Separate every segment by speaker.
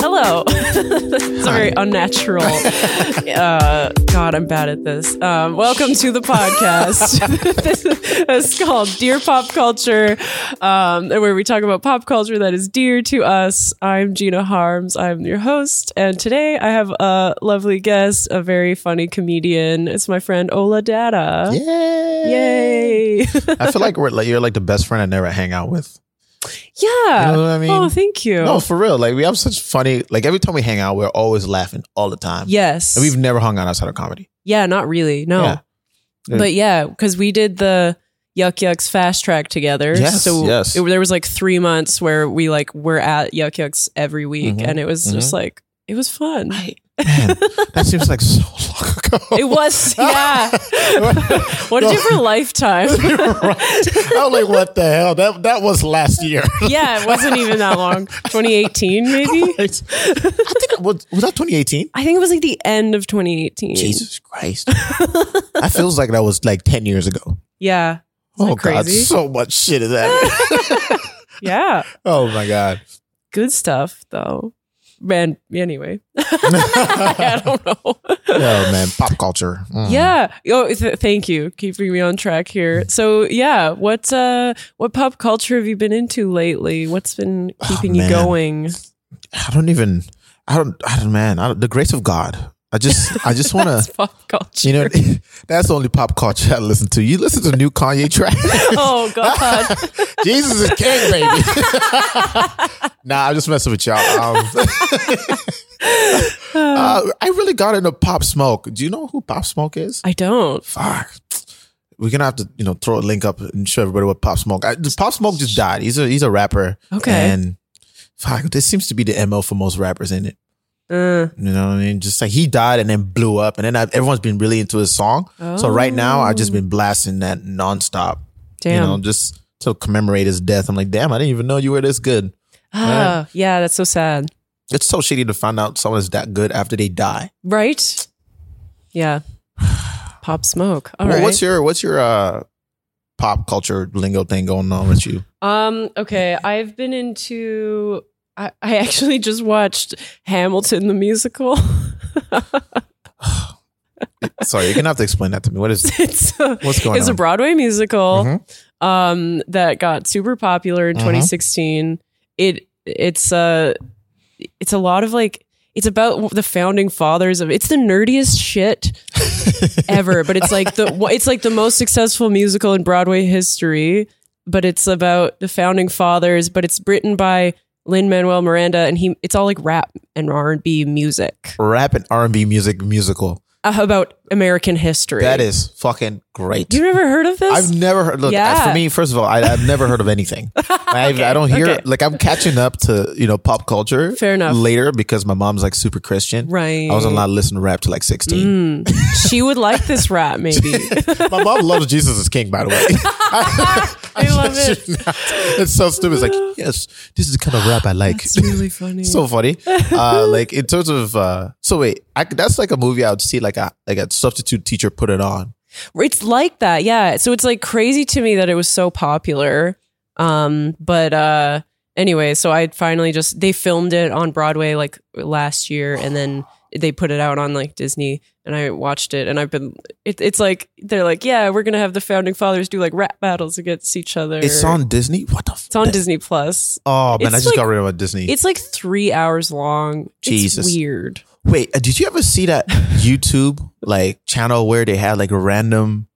Speaker 1: hello. That's very unnatural. uh, God, I'm bad at this. Um, welcome to the podcast. this is called Dear Pop Culture, um, where we talk about pop culture that is dear to us. I'm Gina Harms. I'm your host. And today I have a lovely guest, a very funny comedian. It's my friend Ola Dada.
Speaker 2: Yay!
Speaker 1: Uh, Yay.
Speaker 2: I feel like we're like you're like the best friend I never hang out with.
Speaker 1: yeah.
Speaker 2: You know what I mean?
Speaker 1: Oh, thank you.
Speaker 2: No, for real. Like we have such funny. Like every time we hang out, we're always laughing all the time.
Speaker 1: yes.
Speaker 2: and we've never hung out outside of comedy.
Speaker 1: Yeah, not really. No.
Speaker 2: Yeah. Yeah.
Speaker 1: But yeah, because we did the Yuck Yucks fast track together.
Speaker 2: Yes,
Speaker 1: so
Speaker 2: yes.
Speaker 1: It, there was like three months where we like were at Yuck Yucks every week
Speaker 2: Mhm,
Speaker 1: and it was just like it was fun.
Speaker 2: Man, that seems like so long ago.
Speaker 1: It was yeah. what did you do for lifetime?
Speaker 2: You're right. I was like, what the hell? That that was last year.
Speaker 1: yeah, it wasn't even that long. 2018 maybe?
Speaker 2: I think it was was that 2018.
Speaker 1: I think it was like the end of 2018.
Speaker 2: Jesus Christ! that feels like that was like 10 years ago.
Speaker 1: Yeah. Isn't
Speaker 2: Oh
Speaker 1: that crazy?
Speaker 2: God, so much shit is happening.
Speaker 1: Yeah.
Speaker 2: oh my God.
Speaker 1: Good stuff though. Man, anyway. I don't know.
Speaker 2: Oh man, pop culture. Mm.
Speaker 1: Yeah. Oh, th- thank you. Keeping me on track here. So, yeah, what uh, what pop culture have you been into lately? What's been
Speaker 2: Oh,
Speaker 1: keeping you
Speaker 2: man.
Speaker 1: going?
Speaker 2: I don't even. I don't. I don't. Man, I don't, the grace of God. I just. I just want
Speaker 1: It's
Speaker 2: to.
Speaker 1: pop culture.
Speaker 2: You know, that's the only pop culture I listen to. You listen to new Kanye track.
Speaker 1: oh God.
Speaker 2: Jesus is king, baby. nah, I'm just messing with y'all. Um, uh, I really got into Pop Smoke. Do you know who Pop Smoke is?
Speaker 1: I don't.
Speaker 2: Fuck. We're gonna have to, you know, throw a link up and show everybody what Pop Smoke. I, Pop Smoke just died. He's a he's a rapper.
Speaker 1: Okay.
Speaker 2: And fuck, this seems to be the mo for most rappers, isn't it?
Speaker 1: Uh,
Speaker 2: You know what I mean? Just like he died and then blew up, and then I, everyone's been really into his song. So right now, I've just been blasting that nonstop.
Speaker 1: damn.
Speaker 2: You know, just to commemorate his death. I'm like, damn, I didn't even know you were this good.
Speaker 1: ah, yeah, that's so sad.
Speaker 2: It's so shitty to find out someone's that good after they die.
Speaker 1: Right? Yeah. Pop smoke. All right.
Speaker 2: Well, What's your what's your uh, pop culture lingo thing going on with you?
Speaker 1: Um, okay, I've been into I, I actually just watched Hamilton the musical.
Speaker 2: Sorry, you're gonna have to explain that to me. What is
Speaker 1: it's uh, a,
Speaker 2: what's going
Speaker 1: it's
Speaker 2: on?
Speaker 1: a Broadway musical
Speaker 2: Mhm.
Speaker 1: um, that got super popular in
Speaker 2: Mhm.
Speaker 1: 2016. It it's a it's a lot of like it's about the founding fathers of it's the nerdiest shit ever, but it's like the it's like the most successful musical in Broadway history. But it's about the founding fathers, but it's written by Lin Manuel Miranda, and he it's all like rap and R and B music
Speaker 2: Rap and R and B music musical.
Speaker 1: uh, about American history.
Speaker 2: That is fucking great.
Speaker 1: You've never heard of this?
Speaker 2: I've never heard. Look,
Speaker 1: Yeah.
Speaker 2: for me, first of all, I, I've never heard of anything. I've, I don't hear
Speaker 1: okay.
Speaker 2: like I'm catching up to you know pop culture.
Speaker 1: Fair enough.
Speaker 2: Later, because my mom's like super Christian.
Speaker 1: Right.
Speaker 2: I wasn't allowed to listen to rap till like 16.
Speaker 1: Mm. she would like this rap, maybe. Mm.
Speaker 2: My mom loves Jesus is King, by the way. I,
Speaker 1: love it.
Speaker 2: It's so stupid. It's like, yes, this is the kind of rap I like.
Speaker 1: It's really funny.
Speaker 2: so funny. Uh, like in terms of, uh, so wait, I, could- that's like a movie I would see like a like a substitute teacher put it on.
Speaker 1: it's like that, yeah. So it's like crazy to me that it was so popular. Um, but uh, anyway, so I finally just they filmed it on Broadway like last year, and then they put it out on like Disney, and I watched it, and I've been. It, it's like they're like, yeah, we're gonna have the founding fathers do like rap battles against each other.
Speaker 2: It's on Disney. What the?
Speaker 1: It's on Disney Plus.
Speaker 2: Oh man, I
Speaker 1: It's
Speaker 2: just got
Speaker 1: like-
Speaker 2: rid of my Disney.
Speaker 1: It's like three hours long.
Speaker 2: Jesus.
Speaker 1: it's weird.
Speaker 2: Wait, uh, did you ever see that YouTube like channel where they had like random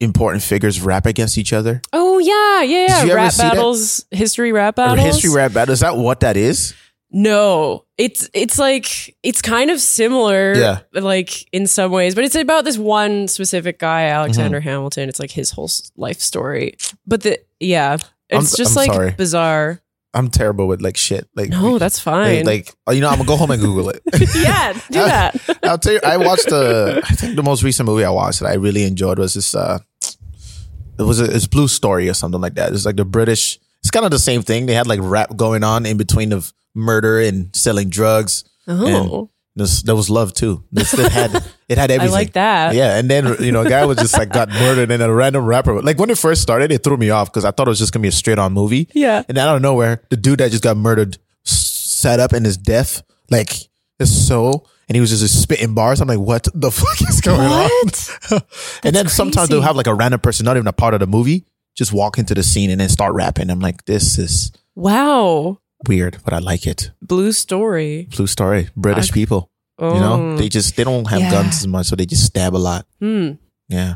Speaker 2: important figures rap against each other?
Speaker 1: Oh yeah, yeah,
Speaker 2: Did you
Speaker 1: yeah.
Speaker 2: ever
Speaker 1: Rap
Speaker 2: see that?
Speaker 1: battles, history rap
Speaker 2: Or
Speaker 1: battles,
Speaker 2: history rap battle? Is that what that is?
Speaker 1: No, it's it's like it's kind of similar,
Speaker 2: Yeah.
Speaker 1: like in some ways, but it's about this one specific guy, Alexander
Speaker 2: Mm-hmm.
Speaker 1: Hamilton. It's like his whole s- life story, but the yeah,
Speaker 2: I'm-
Speaker 1: it's just
Speaker 2: I'm
Speaker 1: like
Speaker 2: sorry.
Speaker 1: bizarre.
Speaker 2: I'm terrible with like shit. Like
Speaker 1: No, that's
Speaker 2: like,
Speaker 1: fine.
Speaker 2: like, oh, you know, I'm gonna go home and Google it.
Speaker 1: yeah, do that.
Speaker 2: I'll tell you. I watched the. I think the most recent movie I watched that I really enjoyed was this. uh It was a, it's Blue Story or something like that. It's like the British. It's kind of the same thing. They had like rap going on in between of murder and selling drugs.
Speaker 1: Oh,
Speaker 2: This, there was love too. This, it had it had
Speaker 1: I
Speaker 2: everything.
Speaker 1: like that.
Speaker 2: Yeah, and then you know, a guy was just like got murdered, and a random rapper. Like when it first started, it threw me off because I thought it was just gonna be a straight on movie.
Speaker 1: Yeah.
Speaker 2: and out of nowhere, the dude that just got murdered s- sat up and is deaf. Like it's so, and he was just spitting bars. I'm like, what the fuck is going
Speaker 1: What?
Speaker 2: on? and then
Speaker 1: That's
Speaker 2: sometimes
Speaker 1: crazy.
Speaker 2: they'll have like a random person, not even a part of the movie, just walk into the scene and then start rapping. I'm like, this is
Speaker 1: Wow.
Speaker 2: weird, but I like it.
Speaker 1: Blue story.
Speaker 2: Blue story, British people.
Speaker 1: Oh.
Speaker 2: You know, they just they don't have
Speaker 1: Yeah.
Speaker 2: guns as much, so they just stab a lot.
Speaker 1: hmm.
Speaker 2: Yeah.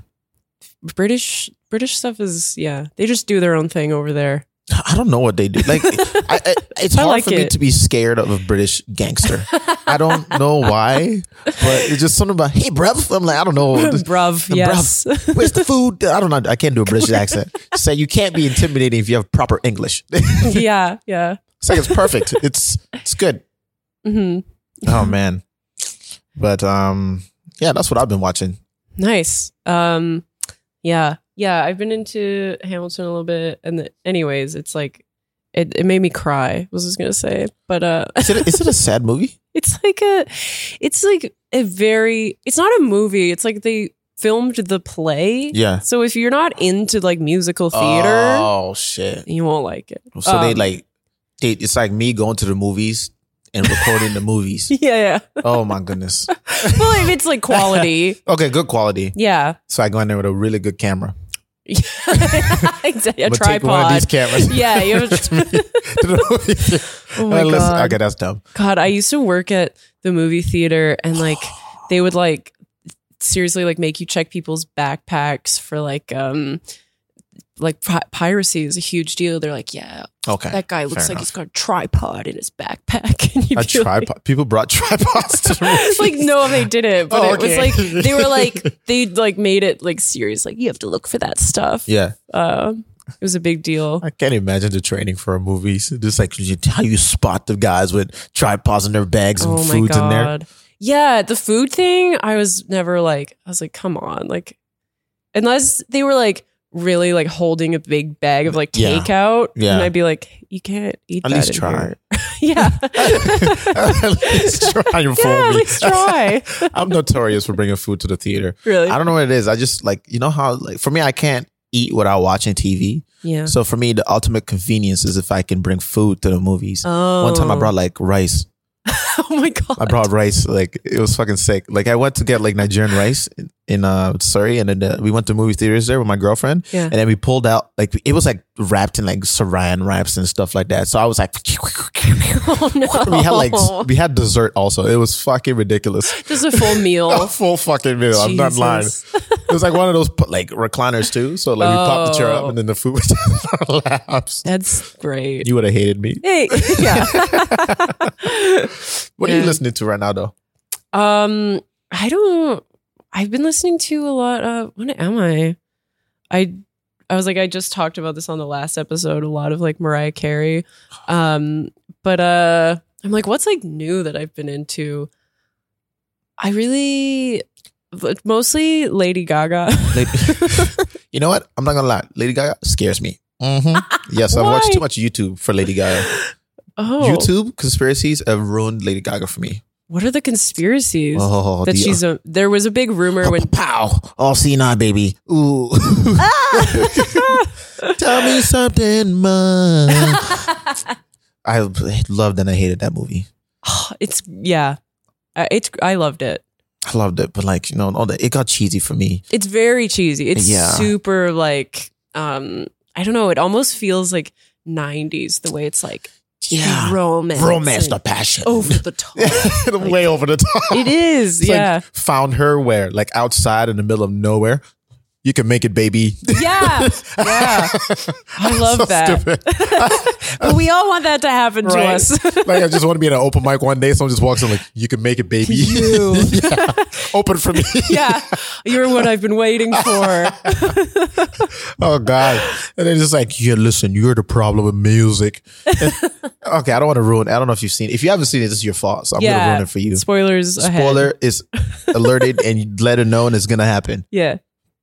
Speaker 1: British British stuff is yeah. They just do their own thing over there.
Speaker 2: I don't know what they do. Like, I, I, it's
Speaker 1: I
Speaker 2: hard
Speaker 1: like
Speaker 2: for me
Speaker 1: it.
Speaker 2: to be scared of a British gangster. I don't know why, but it's just something about hey, bruv. I'm like, I don't know.
Speaker 1: Bruv,
Speaker 2: Bruv.
Speaker 1: yes.
Speaker 2: Where's the food? I don't know. I can't do a British accent. So you can't be intimidating if you have proper English. it's
Speaker 1: yeah, yeah.
Speaker 2: like it's perfect. It's it's good.
Speaker 1: hmm
Speaker 2: Oh man. But um, yeah, that's what I've been watching.
Speaker 1: Nice. Um, yeah, yeah. I've been into Hamilton a little bit, and the, anyways, it's like it, it made me cry. Was just gonna say, but uh,
Speaker 2: Is it is it a sad movie?
Speaker 1: it's like a, it's like a very. It's not a movie. It's like they filmed the play.
Speaker 2: Yeah.
Speaker 1: So if you're not into like musical theater,
Speaker 2: Oh shit.
Speaker 1: you won't like it.
Speaker 2: So they
Speaker 1: Um,
Speaker 2: like they. It's like me going to the movies and recording the movies.
Speaker 1: Yeah, yeah.
Speaker 2: Oh my goodness.
Speaker 1: well, if it's like quality,
Speaker 2: Okay, good quality.
Speaker 1: yeah,
Speaker 2: So I go in there with a really good camera.
Speaker 1: exactly. A
Speaker 2: I'ma Take one of
Speaker 1: tripod.
Speaker 2: these cameras.
Speaker 1: Yeah, you have a
Speaker 2: To me- to the movie theater.
Speaker 1: Oh my
Speaker 2: And Uh, listen-
Speaker 1: God.
Speaker 2: Okay, that's dumb.
Speaker 1: God, I used to work at the movie theater and like they would like seriously like make you check people's backpacks for like um like pi- piracy is a huge deal. They're like, yeah,
Speaker 2: Okay.
Speaker 1: that guy looks
Speaker 2: fair
Speaker 1: like
Speaker 2: enough.
Speaker 1: he's got a tripod in his backpack. And you'd
Speaker 2: a
Speaker 1: be like-
Speaker 2: tripod. People brought tripods to the movie.
Speaker 1: like no, they didn't. But
Speaker 2: Oh,
Speaker 1: it was
Speaker 2: okay.
Speaker 1: like they were like they like made it like serious. Like you have to look for that stuff.
Speaker 2: Yeah,
Speaker 1: Uh, it was a big deal.
Speaker 2: I can't imagine the training for a movie. So just like you- how you spot the guys with tripods in their bags and
Speaker 1: oh my
Speaker 2: foods
Speaker 1: god.
Speaker 2: in there.
Speaker 1: Yeah, the food thing, I was never like, I was like, come on, like, unless they were like really like holding a big bag of like
Speaker 2: Yeah.
Speaker 1: takeout,
Speaker 2: Yeah.
Speaker 1: and I'd be like, you can't eat.
Speaker 2: At
Speaker 1: that
Speaker 2: least
Speaker 1: in
Speaker 2: try.
Speaker 1: here." yeah.
Speaker 2: At least try and fool
Speaker 1: yeah, at
Speaker 2: me.
Speaker 1: least try.
Speaker 2: I'm notorious for bringing food to the theater.
Speaker 1: really?
Speaker 2: I don't know what it is. I just like you know how like for me I can't eat without watching TV.
Speaker 1: yeah.
Speaker 2: So for me, the ultimate convenience is if I can bring food to the movies.
Speaker 1: Oh.
Speaker 2: One time I brought like rice.
Speaker 1: oh my god.
Speaker 2: I brought rice. Like it was fucking sick. Like I went to get like Nigerian rice in, in uh Surrey, and then uh, we went to movie theaters there with my girlfriend.
Speaker 1: Yeah.
Speaker 2: And then we pulled out like it was like wrapped in like Saran wraps and stuff like that. So I was like,
Speaker 1: oh no.
Speaker 2: we had like s- we had dessert also. It was fucking ridiculous.
Speaker 1: just a full
Speaker 2: A
Speaker 1: meal.
Speaker 2: full fucking meal. I'm not lying.
Speaker 1: Oh. Jesus.
Speaker 2: It was like one of those like recliners too. So like we popped the chair up,
Speaker 1: Oh.
Speaker 2: and then the food was in our laps.
Speaker 1: That's great.
Speaker 2: You would have hated me.
Speaker 1: Hey, yeah.
Speaker 2: What are
Speaker 1: Yeah.
Speaker 2: you listening to right now, though?
Speaker 1: Um, I don't. I've been listening to a lot of. What am I? I I was like I just talked about this on the last episode. A lot of like Mariah Carey. Um, but uh, I'm like, what's like new that I've been into? I really, but mostly Lady Gaga.
Speaker 2: Lady, you know what? I'm not gonna lie. Lady Gaga scares me. hmm Yes, I've watched
Speaker 1: Why?
Speaker 2: too much YouTube for Lady Gaga.
Speaker 1: oh,
Speaker 2: YouTube conspiracies have ruined Lady Gaga for me.
Speaker 1: What are the conspiracies?
Speaker 2: Oh,
Speaker 1: that
Speaker 2: the- uh,
Speaker 1: she's a. There was a big rumor when.
Speaker 2: pow, all seen eye, baby. Ooh, tell me something, man. I loved and I hated that movie.
Speaker 1: it's yeah, Uh, it's. I loved it.
Speaker 2: I loved it, but like you know, all that it got cheesy for me.
Speaker 1: It's very cheesy. It's
Speaker 2: Yeah.
Speaker 1: super like um I don't know, it almost feels like 90s the way it's like romance.
Speaker 2: romance,
Speaker 1: and
Speaker 2: the passion,
Speaker 1: over the top.
Speaker 2: way over the top.
Speaker 1: it is.
Speaker 2: It's like,
Speaker 1: yeah.
Speaker 2: found her where? Like outside in the middle of nowhere. You can make it, baby.
Speaker 1: yeah. Yeah. I love
Speaker 2: So
Speaker 1: that.
Speaker 2: stupid.
Speaker 1: But we all want that to happen to
Speaker 2: Right?
Speaker 1: us.
Speaker 2: like I just want to be in an open mic one day. Someone just walks in like, you can make it, baby.
Speaker 1: You.
Speaker 2: Yeah. Open for me.
Speaker 1: yeah. You're what I've been waiting for.
Speaker 2: Oh God. And then just like, yeah, listen, you're the problem with music. And- okay, I don't want to ruin. I don't know if you've seen. If you haven't seen it, this is your fault. So I'm
Speaker 1: Yeah.
Speaker 2: gonna ruin it for you.
Speaker 1: Spoilers ahead.
Speaker 2: Spoiler is alerted and let it known it's gonna happen.
Speaker 1: Yeah.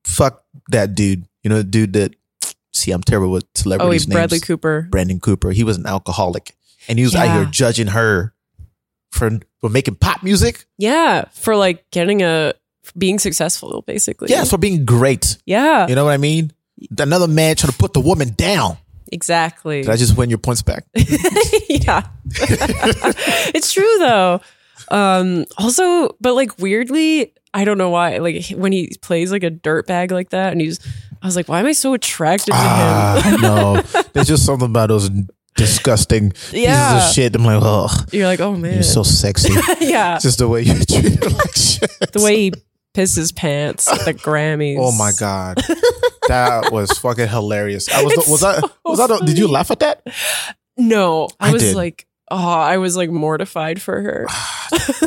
Speaker 2: Fuck that dude. You know, the dude that. See, I'm terrible with
Speaker 1: Oh,
Speaker 2: celebrities.
Speaker 1: wait, Bradley
Speaker 2: names.
Speaker 1: Cooper.
Speaker 2: Brandon Cooper. He was an alcoholic, and he was out
Speaker 1: Yeah.
Speaker 2: here judging her for for making pop music.
Speaker 1: Yeah, for like getting a for being successful basically.
Speaker 2: Yeah, for being great.
Speaker 1: Yeah.
Speaker 2: You know what I mean? Another man trying to put the woman down.
Speaker 1: exactly.
Speaker 2: Did I just win your points back?
Speaker 1: yeah. it's true though. Um also but like weirdly, I don't know why like when he plays like a dirtbag like that and he's I was like, why am I so attracted to him?
Speaker 2: ah, no. There's just something about those disgusting pieces
Speaker 1: Yeah.
Speaker 2: of shit. I'm like, oh,
Speaker 1: You're like, oh man.
Speaker 2: you're so sexy.
Speaker 1: yeah.
Speaker 2: just the way you treat it like shit.
Speaker 1: the way he pissed his pants at the Grammys.
Speaker 2: Oh my god, that was fucking hilarious. I was
Speaker 1: It's
Speaker 2: was that
Speaker 1: so
Speaker 2: was that? Did you
Speaker 1: funny.
Speaker 2: laugh at that?
Speaker 1: No, I,
Speaker 2: I
Speaker 1: was
Speaker 2: did.
Speaker 1: like, oh, I was like mortified for her.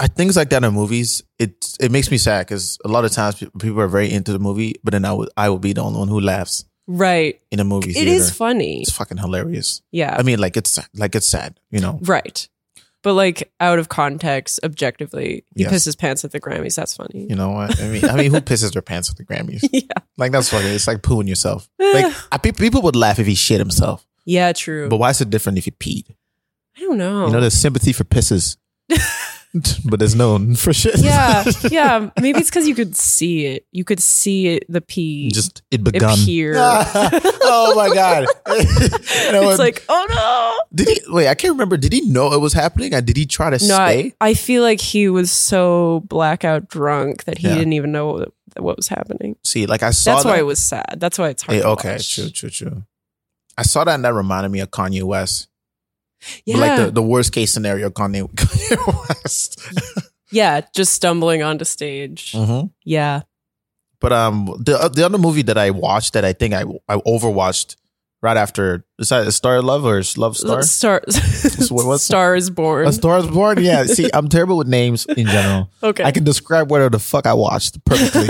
Speaker 2: I, things like that in movies, it it makes me sad because a lot of times pe- people are very into the movie, but then I would I would be the only one who laughs
Speaker 1: right.
Speaker 2: in a movie.
Speaker 1: It
Speaker 2: theater.
Speaker 1: is funny.
Speaker 2: It's fucking hilarious.
Speaker 1: Yeah.
Speaker 2: I mean, like it's like it's sad, you know.
Speaker 1: right. But like out of context, objectively, he
Speaker 2: Yes.
Speaker 1: pissed his pants at the Grammys. That's funny.
Speaker 2: You know what I mean? I mean, who pisses their pants at the Grammys?
Speaker 1: Yeah.
Speaker 2: Like that's fucking. It's like pooing yourself. Like I, pe- people would laugh if he shit himself,
Speaker 1: Yeah, true. Oh.
Speaker 2: but why is it different if he peed?
Speaker 1: I don't know.
Speaker 2: You know, there's sympathy for pisses, but there's no for shit.
Speaker 1: yeah, yeah. Maybe it's because you could see it. You could see it, the pee
Speaker 2: just it begun.
Speaker 1: appear.
Speaker 2: oh my god! You know,
Speaker 1: it's like, oh
Speaker 2: did he wait? I can't remember. Did he know it was happening? And did he try to
Speaker 1: no! No, I,
Speaker 2: stay?
Speaker 1: I feel like he was so blackout drunk that he
Speaker 2: Yeah.
Speaker 1: didn't even know what, what was happening.
Speaker 2: See, like I saw.
Speaker 1: That's
Speaker 2: that.
Speaker 1: why it was sad. That's why it's hard.
Speaker 2: Hey,
Speaker 1: to
Speaker 2: okay,
Speaker 1: watch.
Speaker 2: true, true, true. I saw that and that reminded me of Kanye West.
Speaker 1: Yeah,
Speaker 2: But like the, the worst case scenario, Kanye, Kanye West.
Speaker 1: yeah. Just stumbling onto stage.
Speaker 2: Mhm.
Speaker 1: Yeah.
Speaker 2: But um, the uh, the other movie that I watched that I think I I overwatched right after is that Star Love or Love Star?
Speaker 1: Star.
Speaker 2: what- what's-
Speaker 1: Star is born.
Speaker 2: A Star is Born. Yeah. See, I'm terrible with names in general.
Speaker 1: okay.
Speaker 2: I can describe whatever the fuck I watched perfectly,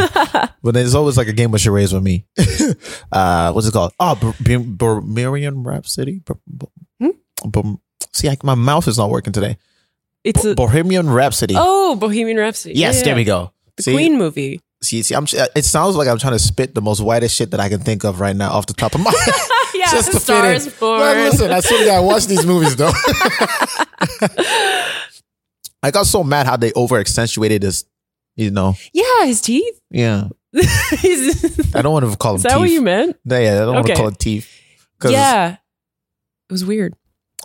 Speaker 2: but it's always like a game of charades with me. uh, what's it called? Oh, Bur- Bur- Bohemian Rhapsody. Bur- Bur-
Speaker 1: Hmm?
Speaker 2: Bur- See, I, my mouth is not working today.
Speaker 1: it's a,
Speaker 2: Bohemian Rhapsody.
Speaker 1: oh Bohemian Rhapsody.
Speaker 2: yes,
Speaker 1: Yeah,
Speaker 2: there
Speaker 1: yeah.
Speaker 2: we go.
Speaker 1: The
Speaker 2: see,
Speaker 1: Queen movie.
Speaker 2: see, see, I'm. uh, It sounds like I'm trying to spit the most whitest shit that I can think of right now off the top of my.
Speaker 1: yeah,
Speaker 2: just to
Speaker 1: Star
Speaker 2: fit
Speaker 1: is
Speaker 2: in.
Speaker 1: born.
Speaker 2: Well, listen, I swear to God, I watch these movies though. I got so mad how they over accentuated this. You know,
Speaker 1: yeah, his teeth.
Speaker 2: yeah.
Speaker 1: is is
Speaker 2: I don't want to call them.
Speaker 1: that
Speaker 2: teeth.
Speaker 1: what you meant?
Speaker 2: No, yeah, I don't want
Speaker 1: Okay.
Speaker 2: to call it teeth. 'Cause-
Speaker 1: Yeah. It was weird.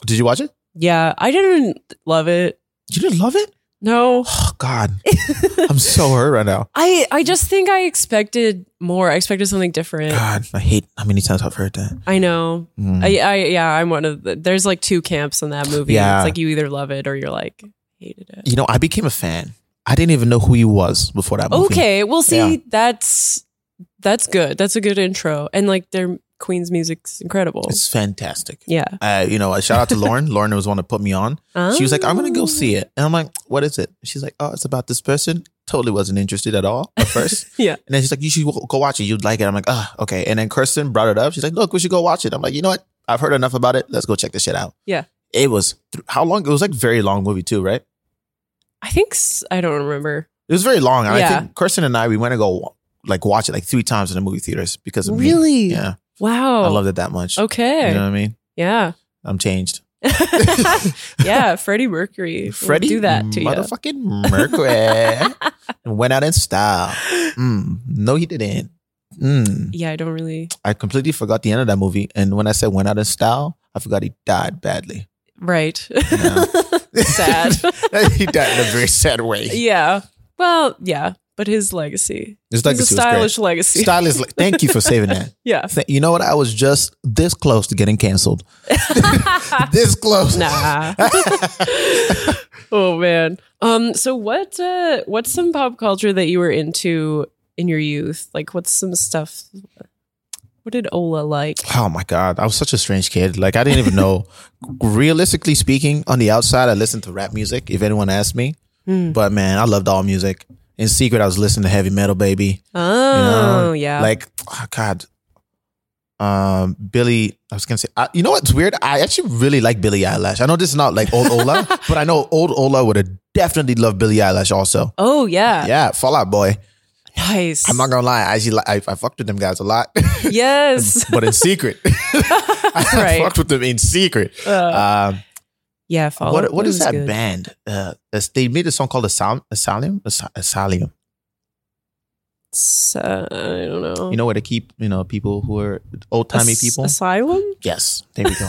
Speaker 2: Did you watch it?
Speaker 1: Yeah, I didn't love it.
Speaker 2: You didn't love it?
Speaker 1: No.
Speaker 2: Oh God, I'm so hurt right now.
Speaker 1: I I just think I expected more. I expected something different.
Speaker 2: God, I hate how many times I've heard that.
Speaker 1: I know.
Speaker 2: Mm.
Speaker 1: I, I yeah, I'm one of the, there's like two camps in that movie.
Speaker 2: Yeah.
Speaker 1: It's like you either love it or you're like hated it.
Speaker 2: you know, I became a fan. I didn't even know who he was before that movie.
Speaker 1: Okay, well see,
Speaker 2: Yeah.
Speaker 1: that's that's good. That's a good intro. And like their Queen's music's incredible.
Speaker 2: it's fantastic.
Speaker 1: yeah.
Speaker 2: Uh, you know, a shout out to Lauren. Lauren was the one that put me on. She was like, I'm
Speaker 1: Ah.
Speaker 2: gonna go see it. And I'm like, what is it? She's like, oh, it's about this person. Totally wasn't interested at all at first.
Speaker 1: Yeah.
Speaker 2: And then she's like, you should go watch it. You'd like it. I'm like, ah, okay. And then Kirsten brought it up. She's like, look, we should go watch it. I'm like, you know what? I've heard enough about it. Let's go check this shit out.
Speaker 1: Yeah.
Speaker 2: It was th- how long? It was like very long movie too, right?
Speaker 1: I think s- I don't remember.
Speaker 2: It was very long. And
Speaker 1: Yeah.
Speaker 2: I think Kirsten and I we went to go like watch it like three times in the movie theaters because of me.
Speaker 1: Really?
Speaker 2: Yeah.
Speaker 1: Wow.
Speaker 2: I loved it that much.
Speaker 1: Okay.
Speaker 2: You know what I mean?
Speaker 1: Yeah.
Speaker 2: I'm changed.
Speaker 1: yeah, Freddie Mercury. will
Speaker 2: Freddie,
Speaker 1: do that to you.
Speaker 2: motherfucking Mercury went out in style. Mm, no, he didn't. Mm,
Speaker 1: Yeah, I don't really.
Speaker 2: I completely forgot the end of that movie. And when I said went out in style, I forgot he died badly.
Speaker 1: Right.
Speaker 2: No.
Speaker 1: Sad.
Speaker 2: he died in a very sad way.
Speaker 1: yeah. Well, yeah, but his legacy.
Speaker 2: His
Speaker 1: Like his
Speaker 2: legacy
Speaker 1: a
Speaker 2: was great.
Speaker 1: stylish legacy.
Speaker 2: Stylish. le- Thank you for saving that.
Speaker 1: yeah.
Speaker 2: Th- You know what? I was just this close to getting canceled. This close.
Speaker 1: nah. oh man. Um. So what? Uh, what's some pop culture that you were into in your youth? Like, what's some stuff? What did Ola like?
Speaker 2: Oh my god, I was such a strange kid. Like I didn't even know. Realistically speaking, on the outside, I listened to rap music. If anyone asked me,
Speaker 1: Hmm.
Speaker 2: but man, I loved all music. In secret, I was listening to heavy metal, baby.
Speaker 1: Oh
Speaker 2: You know?
Speaker 1: yeah.
Speaker 2: Like oh God, um, Billy. I was gonna say, I, you know what's weird? I actually really like Billie Eilish. I know this is not like old Ola, but I know old Ola would have definitely loved Billie Eilish also.
Speaker 1: oh yeah.
Speaker 2: Yeah, Fallout Boy.
Speaker 1: Nice.
Speaker 2: I'm not gonna lie, I actually li- I, I fucked with them guys a lot,
Speaker 1: yes.
Speaker 2: but in secret. I
Speaker 1: Right.
Speaker 2: fucked with them in secret.
Speaker 1: Uh,
Speaker 2: Um,
Speaker 1: yeah. Follow
Speaker 2: what what is that band? Uh, that's- they made a song called Asal- Asylum. As- Asylum.
Speaker 1: s- uh, I don't know.
Speaker 2: You know where to keep, you know, people who are old timey
Speaker 1: As-
Speaker 2: people.
Speaker 1: Asylum?
Speaker 2: yes, there we go.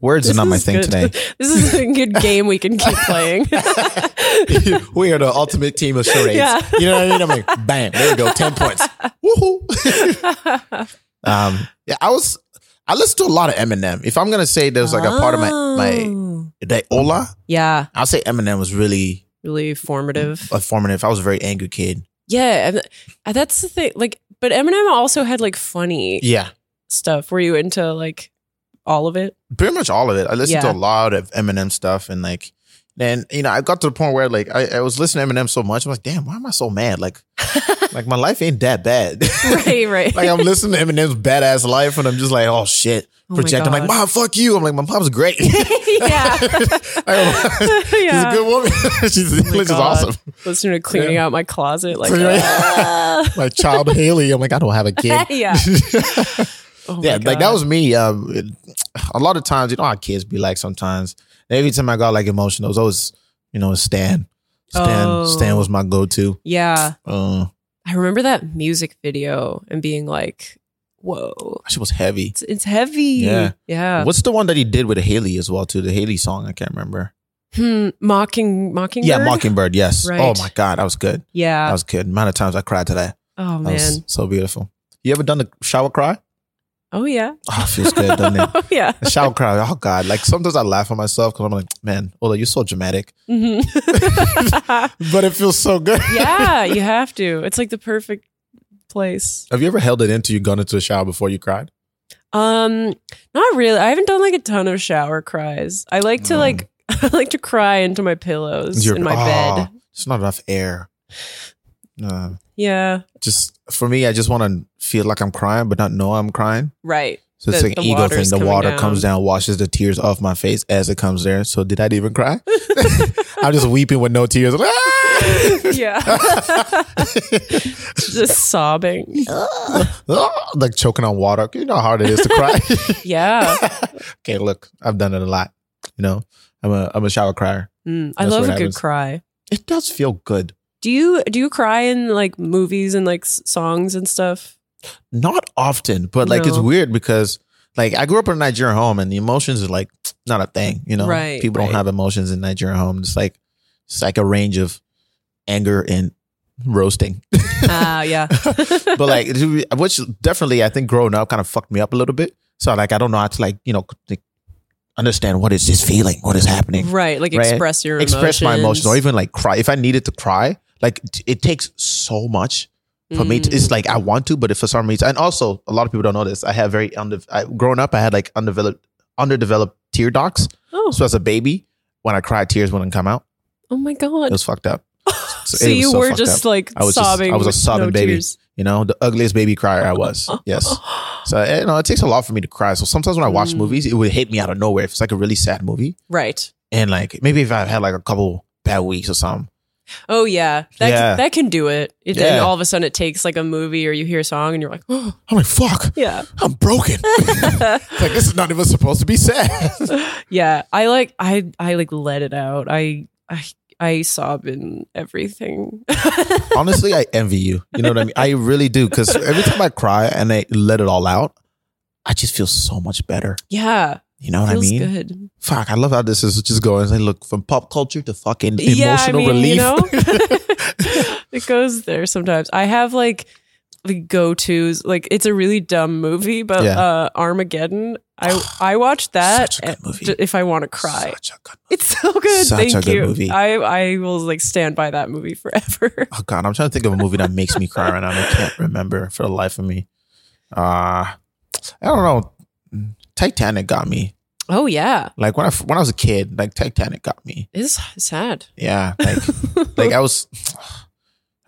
Speaker 2: Words are not my
Speaker 1: This is
Speaker 2: thing
Speaker 1: good.
Speaker 2: today.
Speaker 1: this is a good game we can keep playing.
Speaker 2: we are the ultimate team of charades.
Speaker 1: Yeah.
Speaker 2: You know what I mean? I'm like, bam, there we go, ten points. Woohoo! um, yeah, I was. I listen to a lot of Eminem. If I'm gonna say there's like a part of my my
Speaker 1: Oh.
Speaker 2: the Ola,
Speaker 1: Yeah,
Speaker 2: I'll say Eminem was really
Speaker 1: really formative.
Speaker 2: a formative. I was a very angry kid.
Speaker 1: Yeah, and th- that's the thing. Like, but Eminem also had like funny
Speaker 2: Yeah,
Speaker 1: stuff. Were you into like all of it?
Speaker 2: pretty much all of it. I listened
Speaker 1: Yeah.
Speaker 2: to a lot of Eminem stuff and like and you know, I got to the point where like I, I was listening to Eminem so much, I'm like, damn, why am I so mad? Like like my life ain't that bad.
Speaker 1: right, right.
Speaker 2: like I'm listening to Eminem's badass life and I'm just like, oh shit.
Speaker 1: Oh my
Speaker 2: Project. I'm like,
Speaker 1: God.
Speaker 2: Mom, fuck you. I'm like, my mom's great. She's
Speaker 1: yeah,
Speaker 2: I- a
Speaker 1: yeah. Oh
Speaker 2: good woman. she's
Speaker 1: my
Speaker 2: she's
Speaker 1: God.
Speaker 2: awesome.
Speaker 1: Listening to cleaning out my closet, like,
Speaker 2: Right.
Speaker 1: ah.
Speaker 2: My child Haley. I'm like, I don't have a kid.
Speaker 1: yeah, Oh my
Speaker 2: yeah, like that
Speaker 1: God.
Speaker 2: was me. Um, it- a lot of times, you know how kids be like sometimes. Every time I got like emotional, it was always, you know, Stan. Stan,
Speaker 1: Oh.
Speaker 2: Stan was my go-to.
Speaker 1: yeah.
Speaker 2: Uh,
Speaker 1: I remember that music video and being like, whoa,
Speaker 2: she was heavy.
Speaker 1: it's, it's heavy.
Speaker 2: Yeah.
Speaker 1: yeah.
Speaker 2: What's the one that he did with Haley as well too? The Haley song, I can't remember.
Speaker 1: Hmm, mocking, mocking.
Speaker 2: Yeah, Mockingbird. Yes.
Speaker 1: Right.
Speaker 2: Oh my god, that was good. That
Speaker 1: Yeah.
Speaker 2: was good. amount of times I cried to that.
Speaker 1: Oh
Speaker 2: That
Speaker 1: man.
Speaker 2: was so beautiful. You ever done the shower cry?
Speaker 1: oh yeah.
Speaker 2: Oh, it feels good, doesn't it?
Speaker 1: oh yeah.
Speaker 2: The shower cry. Oh god, like sometimes I laugh at myself because I'm like, man, Ola, you're so dramatic,
Speaker 1: Mm-hmm. Mhm.
Speaker 2: but it feels so good.
Speaker 1: yeah, you have to. It's like the perfect place.
Speaker 2: Have you ever held it in till you gone into the shower before you cried?
Speaker 1: Um, not really. I haven't done like a ton of shower cries. I like to
Speaker 2: Mm.
Speaker 1: like I like to cry into my pillows
Speaker 2: Your-
Speaker 1: in my
Speaker 2: Ah,
Speaker 1: bed.
Speaker 2: There's not enough air. Uh,
Speaker 1: Yeah.
Speaker 2: just for me, I just want to feel like I'm crying, but not know I'm crying.
Speaker 1: Right.
Speaker 2: So it's
Speaker 1: The-
Speaker 2: like
Speaker 1: the
Speaker 2: an ego
Speaker 1: water's
Speaker 2: thing. The
Speaker 1: coming
Speaker 2: water
Speaker 1: down.
Speaker 2: comes down, washes the tears off my face as it comes there. So did I even cry? I'm just weeping with no tears.
Speaker 1: yeah. Just sobbing.
Speaker 2: like choking on water. You know how hard it is to cry.
Speaker 1: Yeah.
Speaker 2: okay, look, I've done it a lot. You know, I'm a I'm a shower crier.
Speaker 1: Mm, I
Speaker 2: That's
Speaker 1: love
Speaker 2: what
Speaker 1: a good
Speaker 2: happens.
Speaker 1: cry.
Speaker 2: It does feel good.
Speaker 1: Do you do you cry in like movies and like s- songs and stuff?
Speaker 2: Not often, but like it's
Speaker 1: No.
Speaker 2: weird because like I grew up in a Nigerian home and the emotions are like not a thing. You know,
Speaker 1: Right,
Speaker 2: people
Speaker 1: right.
Speaker 2: don't have emotions in Nigerian home. It's like it's like a range of anger and roasting.
Speaker 1: Ah, yeah.
Speaker 2: but like which definitely i think growing up kind of fucked me up a little bit so like i don't know how to like you know like, understand what is this feeling what is happening
Speaker 1: right, like
Speaker 2: Right.
Speaker 1: express your
Speaker 2: express my emotions or even like cry if i needed to cry like t- it takes so much for me
Speaker 1: Mm.
Speaker 2: to, it's like i want to but if for some reason and also a lot of people don't know this i have very under I, growing up i had like undeveloped underdeveloped tear ducts
Speaker 1: oh,
Speaker 2: so as a baby when i cried tears wouldn't come out
Speaker 1: oh my
Speaker 2: it
Speaker 1: god.
Speaker 2: was fucked up
Speaker 1: So,
Speaker 2: it was
Speaker 1: you
Speaker 2: so
Speaker 1: were
Speaker 2: fucked
Speaker 1: just
Speaker 2: up.
Speaker 1: like
Speaker 2: I was just-
Speaker 1: sobbing.
Speaker 2: I was a
Speaker 1: with
Speaker 2: sobbing
Speaker 1: no
Speaker 2: baby.
Speaker 1: Tears.
Speaker 2: you know the ugliest baby crier i was yes So you know, it takes a lot for me to cry. So sometimes when I watch
Speaker 1: Mm.
Speaker 2: movies, it would hit me out of nowhere. If it's like a really sad movie,
Speaker 1: right.
Speaker 2: and like maybe if I had like a couple bad weeks or something,
Speaker 1: Oh yeah. That
Speaker 2: Yeah.
Speaker 1: Can, that can do it. it And
Speaker 2: Yeah.
Speaker 1: all of a sudden it takes like a movie or you hear a song and you're like, oh,
Speaker 2: I'm like, "Fuck,
Speaker 1: yeah.
Speaker 2: I'm broken." It's like this is not even supposed to be sad.
Speaker 1: yeah. I like I I like let it out. I I I sob in everything.
Speaker 2: Honestly, I envy you. You know what I mean? I really do because every time I cry and I let it all out, I just feel so much better.
Speaker 1: yeah.
Speaker 2: You know what
Speaker 1: feels
Speaker 2: I mean?
Speaker 1: good.
Speaker 2: Fuck, I love how this is just going. It's like, look, from pop culture to fucking emotional relief.
Speaker 1: You know? it goes there sometimes. I have like the go tos. Like it's a really dumb movie, but
Speaker 2: Yeah.
Speaker 1: uh, Armageddon. I I watched that
Speaker 2: Such a good movie.
Speaker 1: and- if I want to cry.
Speaker 2: Such a good-
Speaker 1: It's so good.
Speaker 2: Such a
Speaker 1: Thank
Speaker 2: good
Speaker 1: you.
Speaker 2: movie.
Speaker 1: I I will like stand by that movie forever.
Speaker 2: Oh god, I'm trying to think of a movie that makes me cry right now. and I can't remember for the life of me. Uh I don't know. Titanic got me.
Speaker 1: Oh yeah,
Speaker 2: Like when I when I was a kid, like Titanic got me.
Speaker 1: it's sad.
Speaker 2: Yeah, like like I was.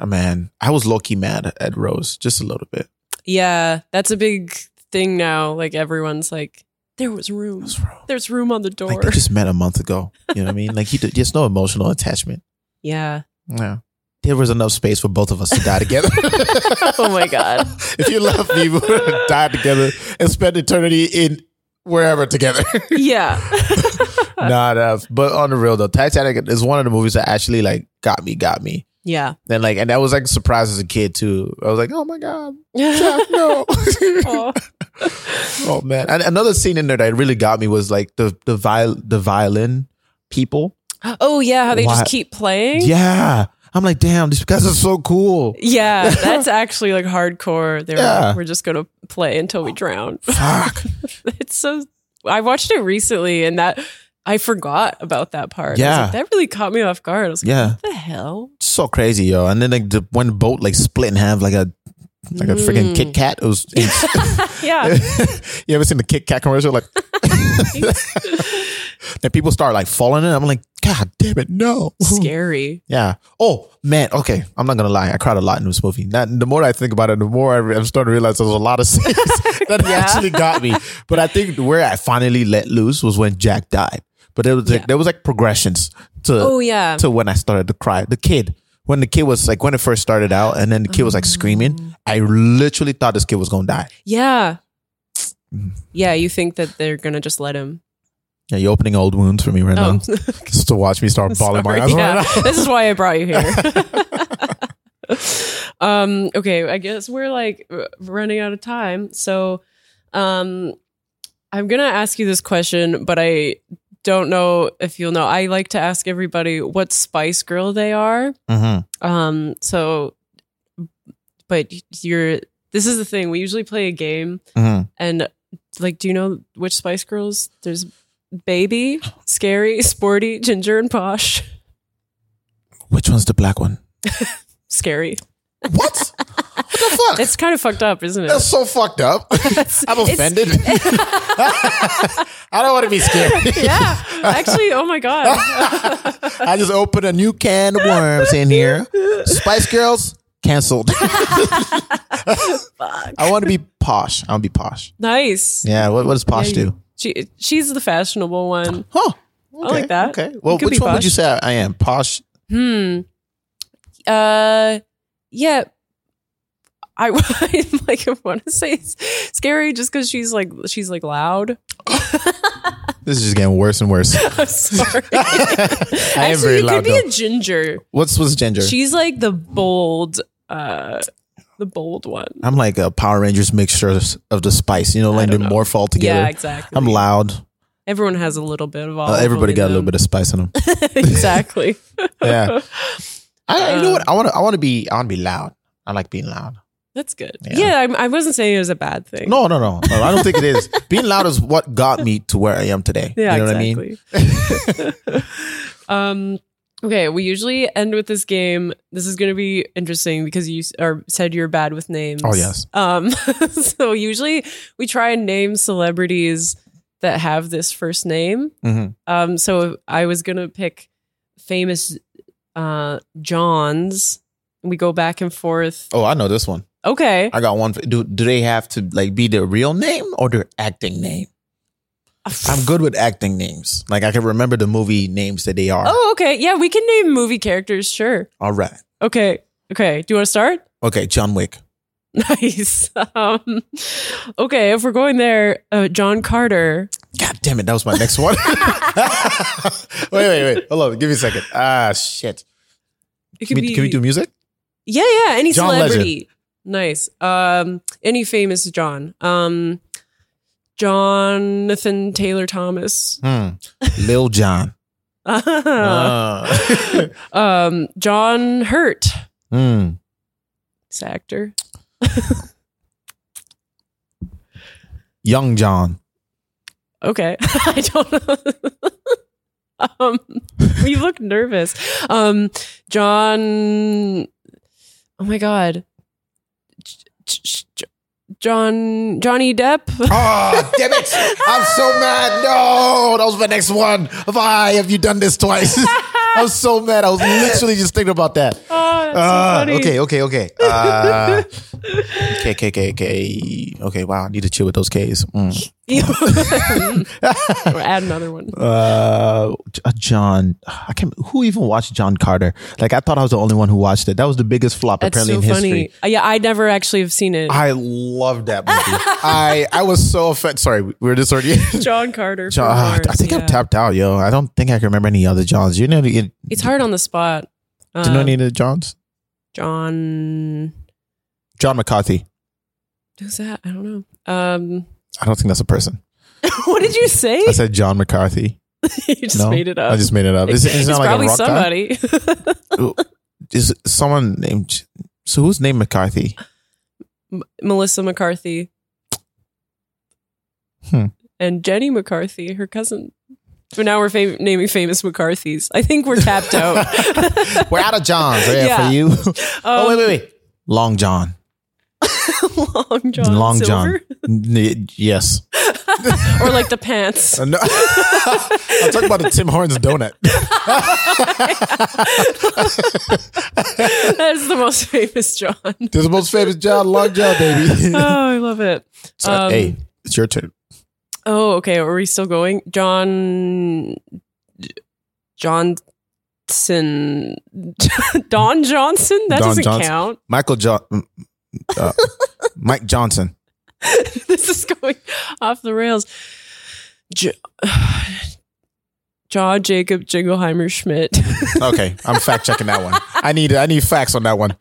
Speaker 2: Oh man, I was low key mad at Rose just a little bit.
Speaker 1: yeah, that's a big thing now. Like everyone's like, there was room.
Speaker 2: What's wrong?
Speaker 1: There's room on the door.
Speaker 2: Like they just met a month ago. You know what I mean? Like he, did- there's no emotional attachment.
Speaker 1: yeah.
Speaker 2: Yeah. There was enough space for both of us to die together.
Speaker 1: Oh my god.
Speaker 2: if you love me, we would have died together and spent eternity in wherever together.
Speaker 1: yeah.
Speaker 2: nah, nah, but on the real though, Titanic is one of the movies that actually like got me, got me.
Speaker 1: Yeah.
Speaker 2: Then like, and that was like a surprise as a kid too. I was like, oh my god, Jeff, no.
Speaker 1: Aw.
Speaker 2: oh man. And another scene in there that really got me was like the the viol the violin people.
Speaker 1: Oh yeah, how they
Speaker 2: Why-
Speaker 1: just keep playing.
Speaker 2: Yeah, I'm like, damn, these guys are so cool.
Speaker 1: Yeah, that's actually like hardcore. They're
Speaker 2: Yeah.
Speaker 1: like, we're just gonna play until we drown.
Speaker 2: Fuck.
Speaker 1: it's so. I watched it recently, and that I forgot about that part. I was
Speaker 2: Yeah.
Speaker 1: like, that really caught me off guard. I was like,
Speaker 2: Yeah,
Speaker 1: what the hell?
Speaker 2: so crazy, yo. And then like the one boat like split in half like a like a freaking
Speaker 1: Mm.
Speaker 2: Kit Kat. It was.
Speaker 1: Yeah,
Speaker 2: you ever seen the Kit Kat commercial? Like, and people start like falling in. I'm like, God damn it, no.
Speaker 1: scary.
Speaker 2: Yeah. Oh man. Okay. I'm not gonna lie. I cried a lot in this movie. That, the more I think about it, the more I re- I'm starting to realize there's a lot of scenes that
Speaker 1: Yeah.
Speaker 2: actually got me. But I think where I finally let loose was when Jack died. But there was like,
Speaker 1: Yeah.
Speaker 2: there was like progressions to
Speaker 1: Oh yeah,
Speaker 2: to when I started to cry. The kid. When the kid was like when it first started out, and then the kid was like
Speaker 1: Oh.
Speaker 2: screaming. I literally thought this kid was gonna die.
Speaker 1: yeah,
Speaker 2: Mm.
Speaker 1: yeah. You think that they're gonna just let him?
Speaker 2: Yeah, you're opening old wounds for me right
Speaker 1: Oh,
Speaker 2: now. Just to watch me start bawling my
Speaker 1: Sorry,
Speaker 2: eyes
Speaker 1: yeah.
Speaker 2: right now.
Speaker 1: this is why I brought you here. um, okay, I guess we're like r- running out of time. So um, I'm going to ask you this question, but I don't know if you'll know. I like to ask everybody what Spice Girl they are.
Speaker 2: Mhm.
Speaker 1: Um, so, but you're, this is the thing. We usually play a game
Speaker 2: Mhm.
Speaker 1: and like, do you know which Spice Girls? There's Baby, Scary, Sporty, Ginger, and Posh.
Speaker 2: Which one's the black one?
Speaker 1: Scary.
Speaker 2: What? what the fuck?
Speaker 1: It's kind of fucked up, isn't it?
Speaker 2: That's so fucked up. I'm
Speaker 1: it's-
Speaker 2: offended. I don't want to be scared.
Speaker 1: yeah. Actually, oh my god.
Speaker 2: I just opened a new can of worms in here. Spice Girls canceled.
Speaker 1: Fuck.
Speaker 2: I want to be posh. I want to be posh.
Speaker 1: Nice.
Speaker 2: Yeah. What, what does posh
Speaker 1: Yeah, you-
Speaker 2: do?
Speaker 1: She she's the fashionable one.
Speaker 2: Huh.
Speaker 1: like that.
Speaker 2: Okay. Well,
Speaker 1: could
Speaker 2: which
Speaker 1: be
Speaker 2: one would
Speaker 1: posh.
Speaker 2: you say I am? Posh.
Speaker 1: Hmm. Uh yeah. I, I like I want to say it's scary just because she's like she's like loud.
Speaker 2: This is just getting worse and worse.
Speaker 1: I'm sorry.
Speaker 2: I am
Speaker 1: Actually,
Speaker 2: very
Speaker 1: you could
Speaker 2: loud.
Speaker 1: be
Speaker 2: Though.
Speaker 1: a ginger.
Speaker 2: what's what's ginger?
Speaker 1: She's like the bold, uh the bold one.
Speaker 2: I'm like a Power Rangers mixture of, of the spice. You know, like they
Speaker 1: don't know.
Speaker 2: morph all together.
Speaker 1: Yeah, exactly.
Speaker 2: I'm loud.
Speaker 1: Everyone has a little bit of all.
Speaker 2: Uh, everybody got a little bit of spice in them.
Speaker 1: of exactly.
Speaker 2: yeah. I, you know
Speaker 1: Uh,
Speaker 2: what? I want to. I want to be. I want to be loud. I like being loud.
Speaker 1: That's good.
Speaker 2: Yeah.
Speaker 1: Yeah, I'm I, wasn't saying it was a bad thing.
Speaker 2: No, no, no, no. I don't think it is. being loud is what got me to where I am today.
Speaker 1: Yeah,
Speaker 2: you know what I mean?
Speaker 1: exactly. um, okay, we usually end with this game. This is going to be interesting because you s- are said you're bad with names.
Speaker 2: Oh, yes.
Speaker 1: Um, so usually we try and name celebrities that have this first name.
Speaker 2: Mhm.
Speaker 1: Um, so I was gonna pick famous uh Johns. We go back and forth.
Speaker 2: Oh, I know this one.
Speaker 1: Okay,
Speaker 2: I got one. Do do they have to like be their real name or their acting name? I'm good with acting names. Like I can remember the movie names that they are.
Speaker 1: Oh, okay. Yeah, we can name movie characters. Sure.
Speaker 2: All right.
Speaker 1: Okay. Okay. Do you want to start?
Speaker 2: Okay, John Wick.
Speaker 1: Nice. Um, okay, if we're going there, uh, John Carter.
Speaker 2: God damn it, that was my next one. wait, wait, wait. Hold on. Give me a second. Ah, shit.
Speaker 1: It could
Speaker 2: Can we,
Speaker 1: be,
Speaker 2: can we do music?
Speaker 1: yeah, yeah. Any
Speaker 2: John
Speaker 1: celebrity. Nice. Um, any famous John. Um, Jonathan Taylor Thomas.
Speaker 2: Hmm. Lil John.
Speaker 1: Uh.
Speaker 2: Ah.
Speaker 1: um, John Hurt.
Speaker 2: Hmm.
Speaker 1: This actor.
Speaker 2: Young John.
Speaker 1: Okay, I don't know. um, you look nervous. Um, John. Oh my God. J- j- j- John Johnny Depp.
Speaker 2: Oh, damn it. I'm so mad. No, that was my next one. Why have you done this twice? I was so mad. I was literally just thinking about that.
Speaker 1: Oh, that's
Speaker 2: Ah,
Speaker 1: so funny.
Speaker 2: okay, okay, okay. Uh, K, K, K, K. Okay, wow. I need to chill with those Ks. Mm.
Speaker 1: Add another one.
Speaker 2: Uh, J- John, I can't. Who even watched John Carter? Like, I thought I was the only one who watched it. That was the biggest flop
Speaker 1: That's
Speaker 2: apparently
Speaker 1: so
Speaker 2: in history.
Speaker 1: funny. Uh, Yeah, I never actually have seen it.
Speaker 2: I love that movie. I I was so offended. Sorry, we were just already.
Speaker 1: John Carter.
Speaker 2: John,
Speaker 1: from
Speaker 2: ah, I
Speaker 1: Mars,
Speaker 2: think I'm
Speaker 1: yeah.
Speaker 2: tapped out, yo. I don't think I can remember any other Johns. You know, you-
Speaker 1: It's hard on the spot. Um,
Speaker 2: Do you know any of the Johns?
Speaker 1: John.
Speaker 2: John McCarthy.
Speaker 1: Who's that? I don't know. Um,
Speaker 2: I don't think that's a person.
Speaker 1: what did you say?
Speaker 2: I said John McCarthy.
Speaker 1: you just
Speaker 2: no,
Speaker 1: made it up.
Speaker 2: I just made it up. It's,
Speaker 1: It's
Speaker 2: not like
Speaker 1: probably
Speaker 2: a rock guy.
Speaker 1: somebody.
Speaker 2: Is it someone named? So who's named McCarthy?
Speaker 1: M- Melissa McCarthy.
Speaker 2: Hmm.
Speaker 1: And Jenny McCarthy, her cousin. So now we're fam- naming famous McCarthys. I think we're tapped out.
Speaker 2: We're out of Johns. Yeah,
Speaker 1: Yeah.
Speaker 2: for you. oh wait,
Speaker 1: Um,
Speaker 2: wait, wait. Long John.
Speaker 1: Long John.
Speaker 2: Long
Speaker 1: Silver?
Speaker 2: John. N- yes.
Speaker 1: or like the pants.
Speaker 2: Uh, no. I'm talking about the Tim Hortons donut.
Speaker 1: That's the most famous John. Oh,
Speaker 2: This is the most famous John, Long John, baby.
Speaker 1: I love it.
Speaker 2: So,
Speaker 1: um,
Speaker 2: hey, it's your turn.
Speaker 1: Oh, okay. Are we still going? John Johnson. Don Johnson? That
Speaker 2: Don
Speaker 1: doesn't
Speaker 2: Johnson.
Speaker 1: count.
Speaker 2: Michael John. Uh, Mike Johnson.
Speaker 1: this is going off the rails. J- Jaw Jacob Jingleheimer Schmidt.
Speaker 2: Okay, I'm fact checking that one. I need I need facts on that one.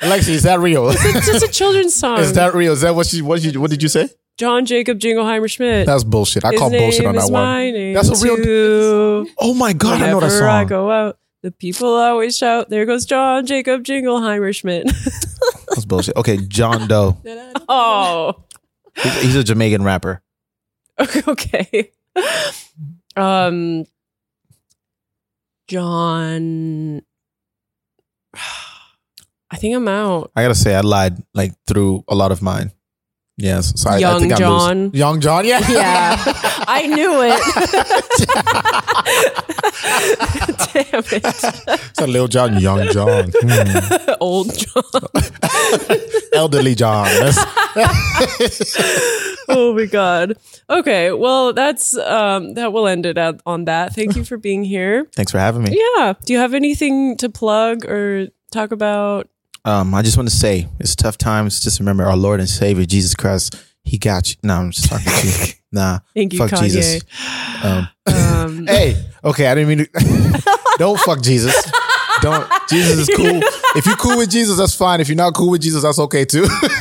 Speaker 2: Alexi, is that real?
Speaker 1: it's just a children's song.
Speaker 2: Is that real? Is that what she what you what did you say?
Speaker 1: John Jacob Jingleheimer Schmidt?
Speaker 2: That's bullshit. I call bullshit on that one. That's a real-
Speaker 1: Too.
Speaker 2: Oh my god, I know that
Speaker 1: Whenever I
Speaker 2: song.
Speaker 1: go out, the people always shout, "There goes John Jacob Jingleheimer Schmidt."
Speaker 2: That's bullshit. Okay, John Doe.
Speaker 1: oh,
Speaker 2: He's, he's a Jamaican rapper.
Speaker 1: okay. Um, John. I think I'm out.
Speaker 2: I gotta say, I lied like through a lot of mine. Yes, so I, I
Speaker 1: Young
Speaker 2: think I'm
Speaker 1: John.
Speaker 2: losing. Young John, yeah,
Speaker 1: Yeah, I knew it. Damn
Speaker 2: so Lil John, Young John, Hmm.
Speaker 1: it. Old John.
Speaker 2: elderly John. That's,
Speaker 1: Oh my god. Okay, well that's um that will end it at, on that. Thank you for being here.
Speaker 2: thanks for having me.
Speaker 1: Yeah. Do you have anything to plug or talk about?
Speaker 2: Um, I just want to say it's tough times. Just remember our Lord and Savior Jesus Christ. He got you. No, I'm just talking to you. Nah,
Speaker 1: Thank you,
Speaker 2: fuck
Speaker 1: Kanye.
Speaker 2: Jesus. Um,
Speaker 1: Um,
Speaker 2: hey, okay, I didn't mean to. don't fuck Jesus. Don't. Jesus is cool. If you're cool with Jesus, that's fine. If you're not cool with Jesus, that's okay too. I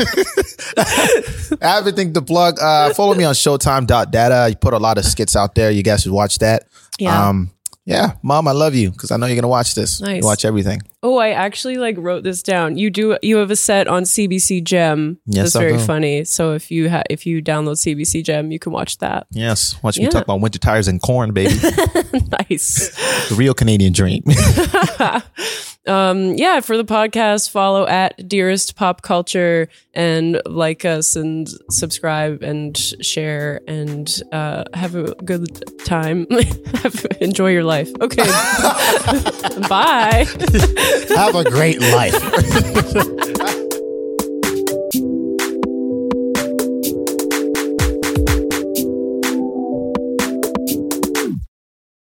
Speaker 2: have everything to plug. Uh, follow me on showtime.data. You put a lot of skits out there. You guys should watch that.
Speaker 1: Yeah.
Speaker 2: Um, yeah, mom, I love you because I know you're gonna watch this.
Speaker 1: Nice.
Speaker 2: You watch everything.
Speaker 1: oh, I actually like wrote this down. You do you have a set on CBC Gem.
Speaker 2: Yes,
Speaker 1: that's
Speaker 2: I
Speaker 1: very
Speaker 2: do.
Speaker 1: funny. So if you ha- if you download CBC Gem, you can watch that.
Speaker 2: Yes, watch
Speaker 1: Yeah.
Speaker 2: me talk about winter tires and corn, baby.
Speaker 1: nice.
Speaker 2: the real Canadian dream.
Speaker 1: um, yeah, for the podcast, follow at Dearest Pop Culture and like us and subscribe and share and uh, have a good time. Have- Enjoy your life. Okay. Bye.
Speaker 2: have a great life.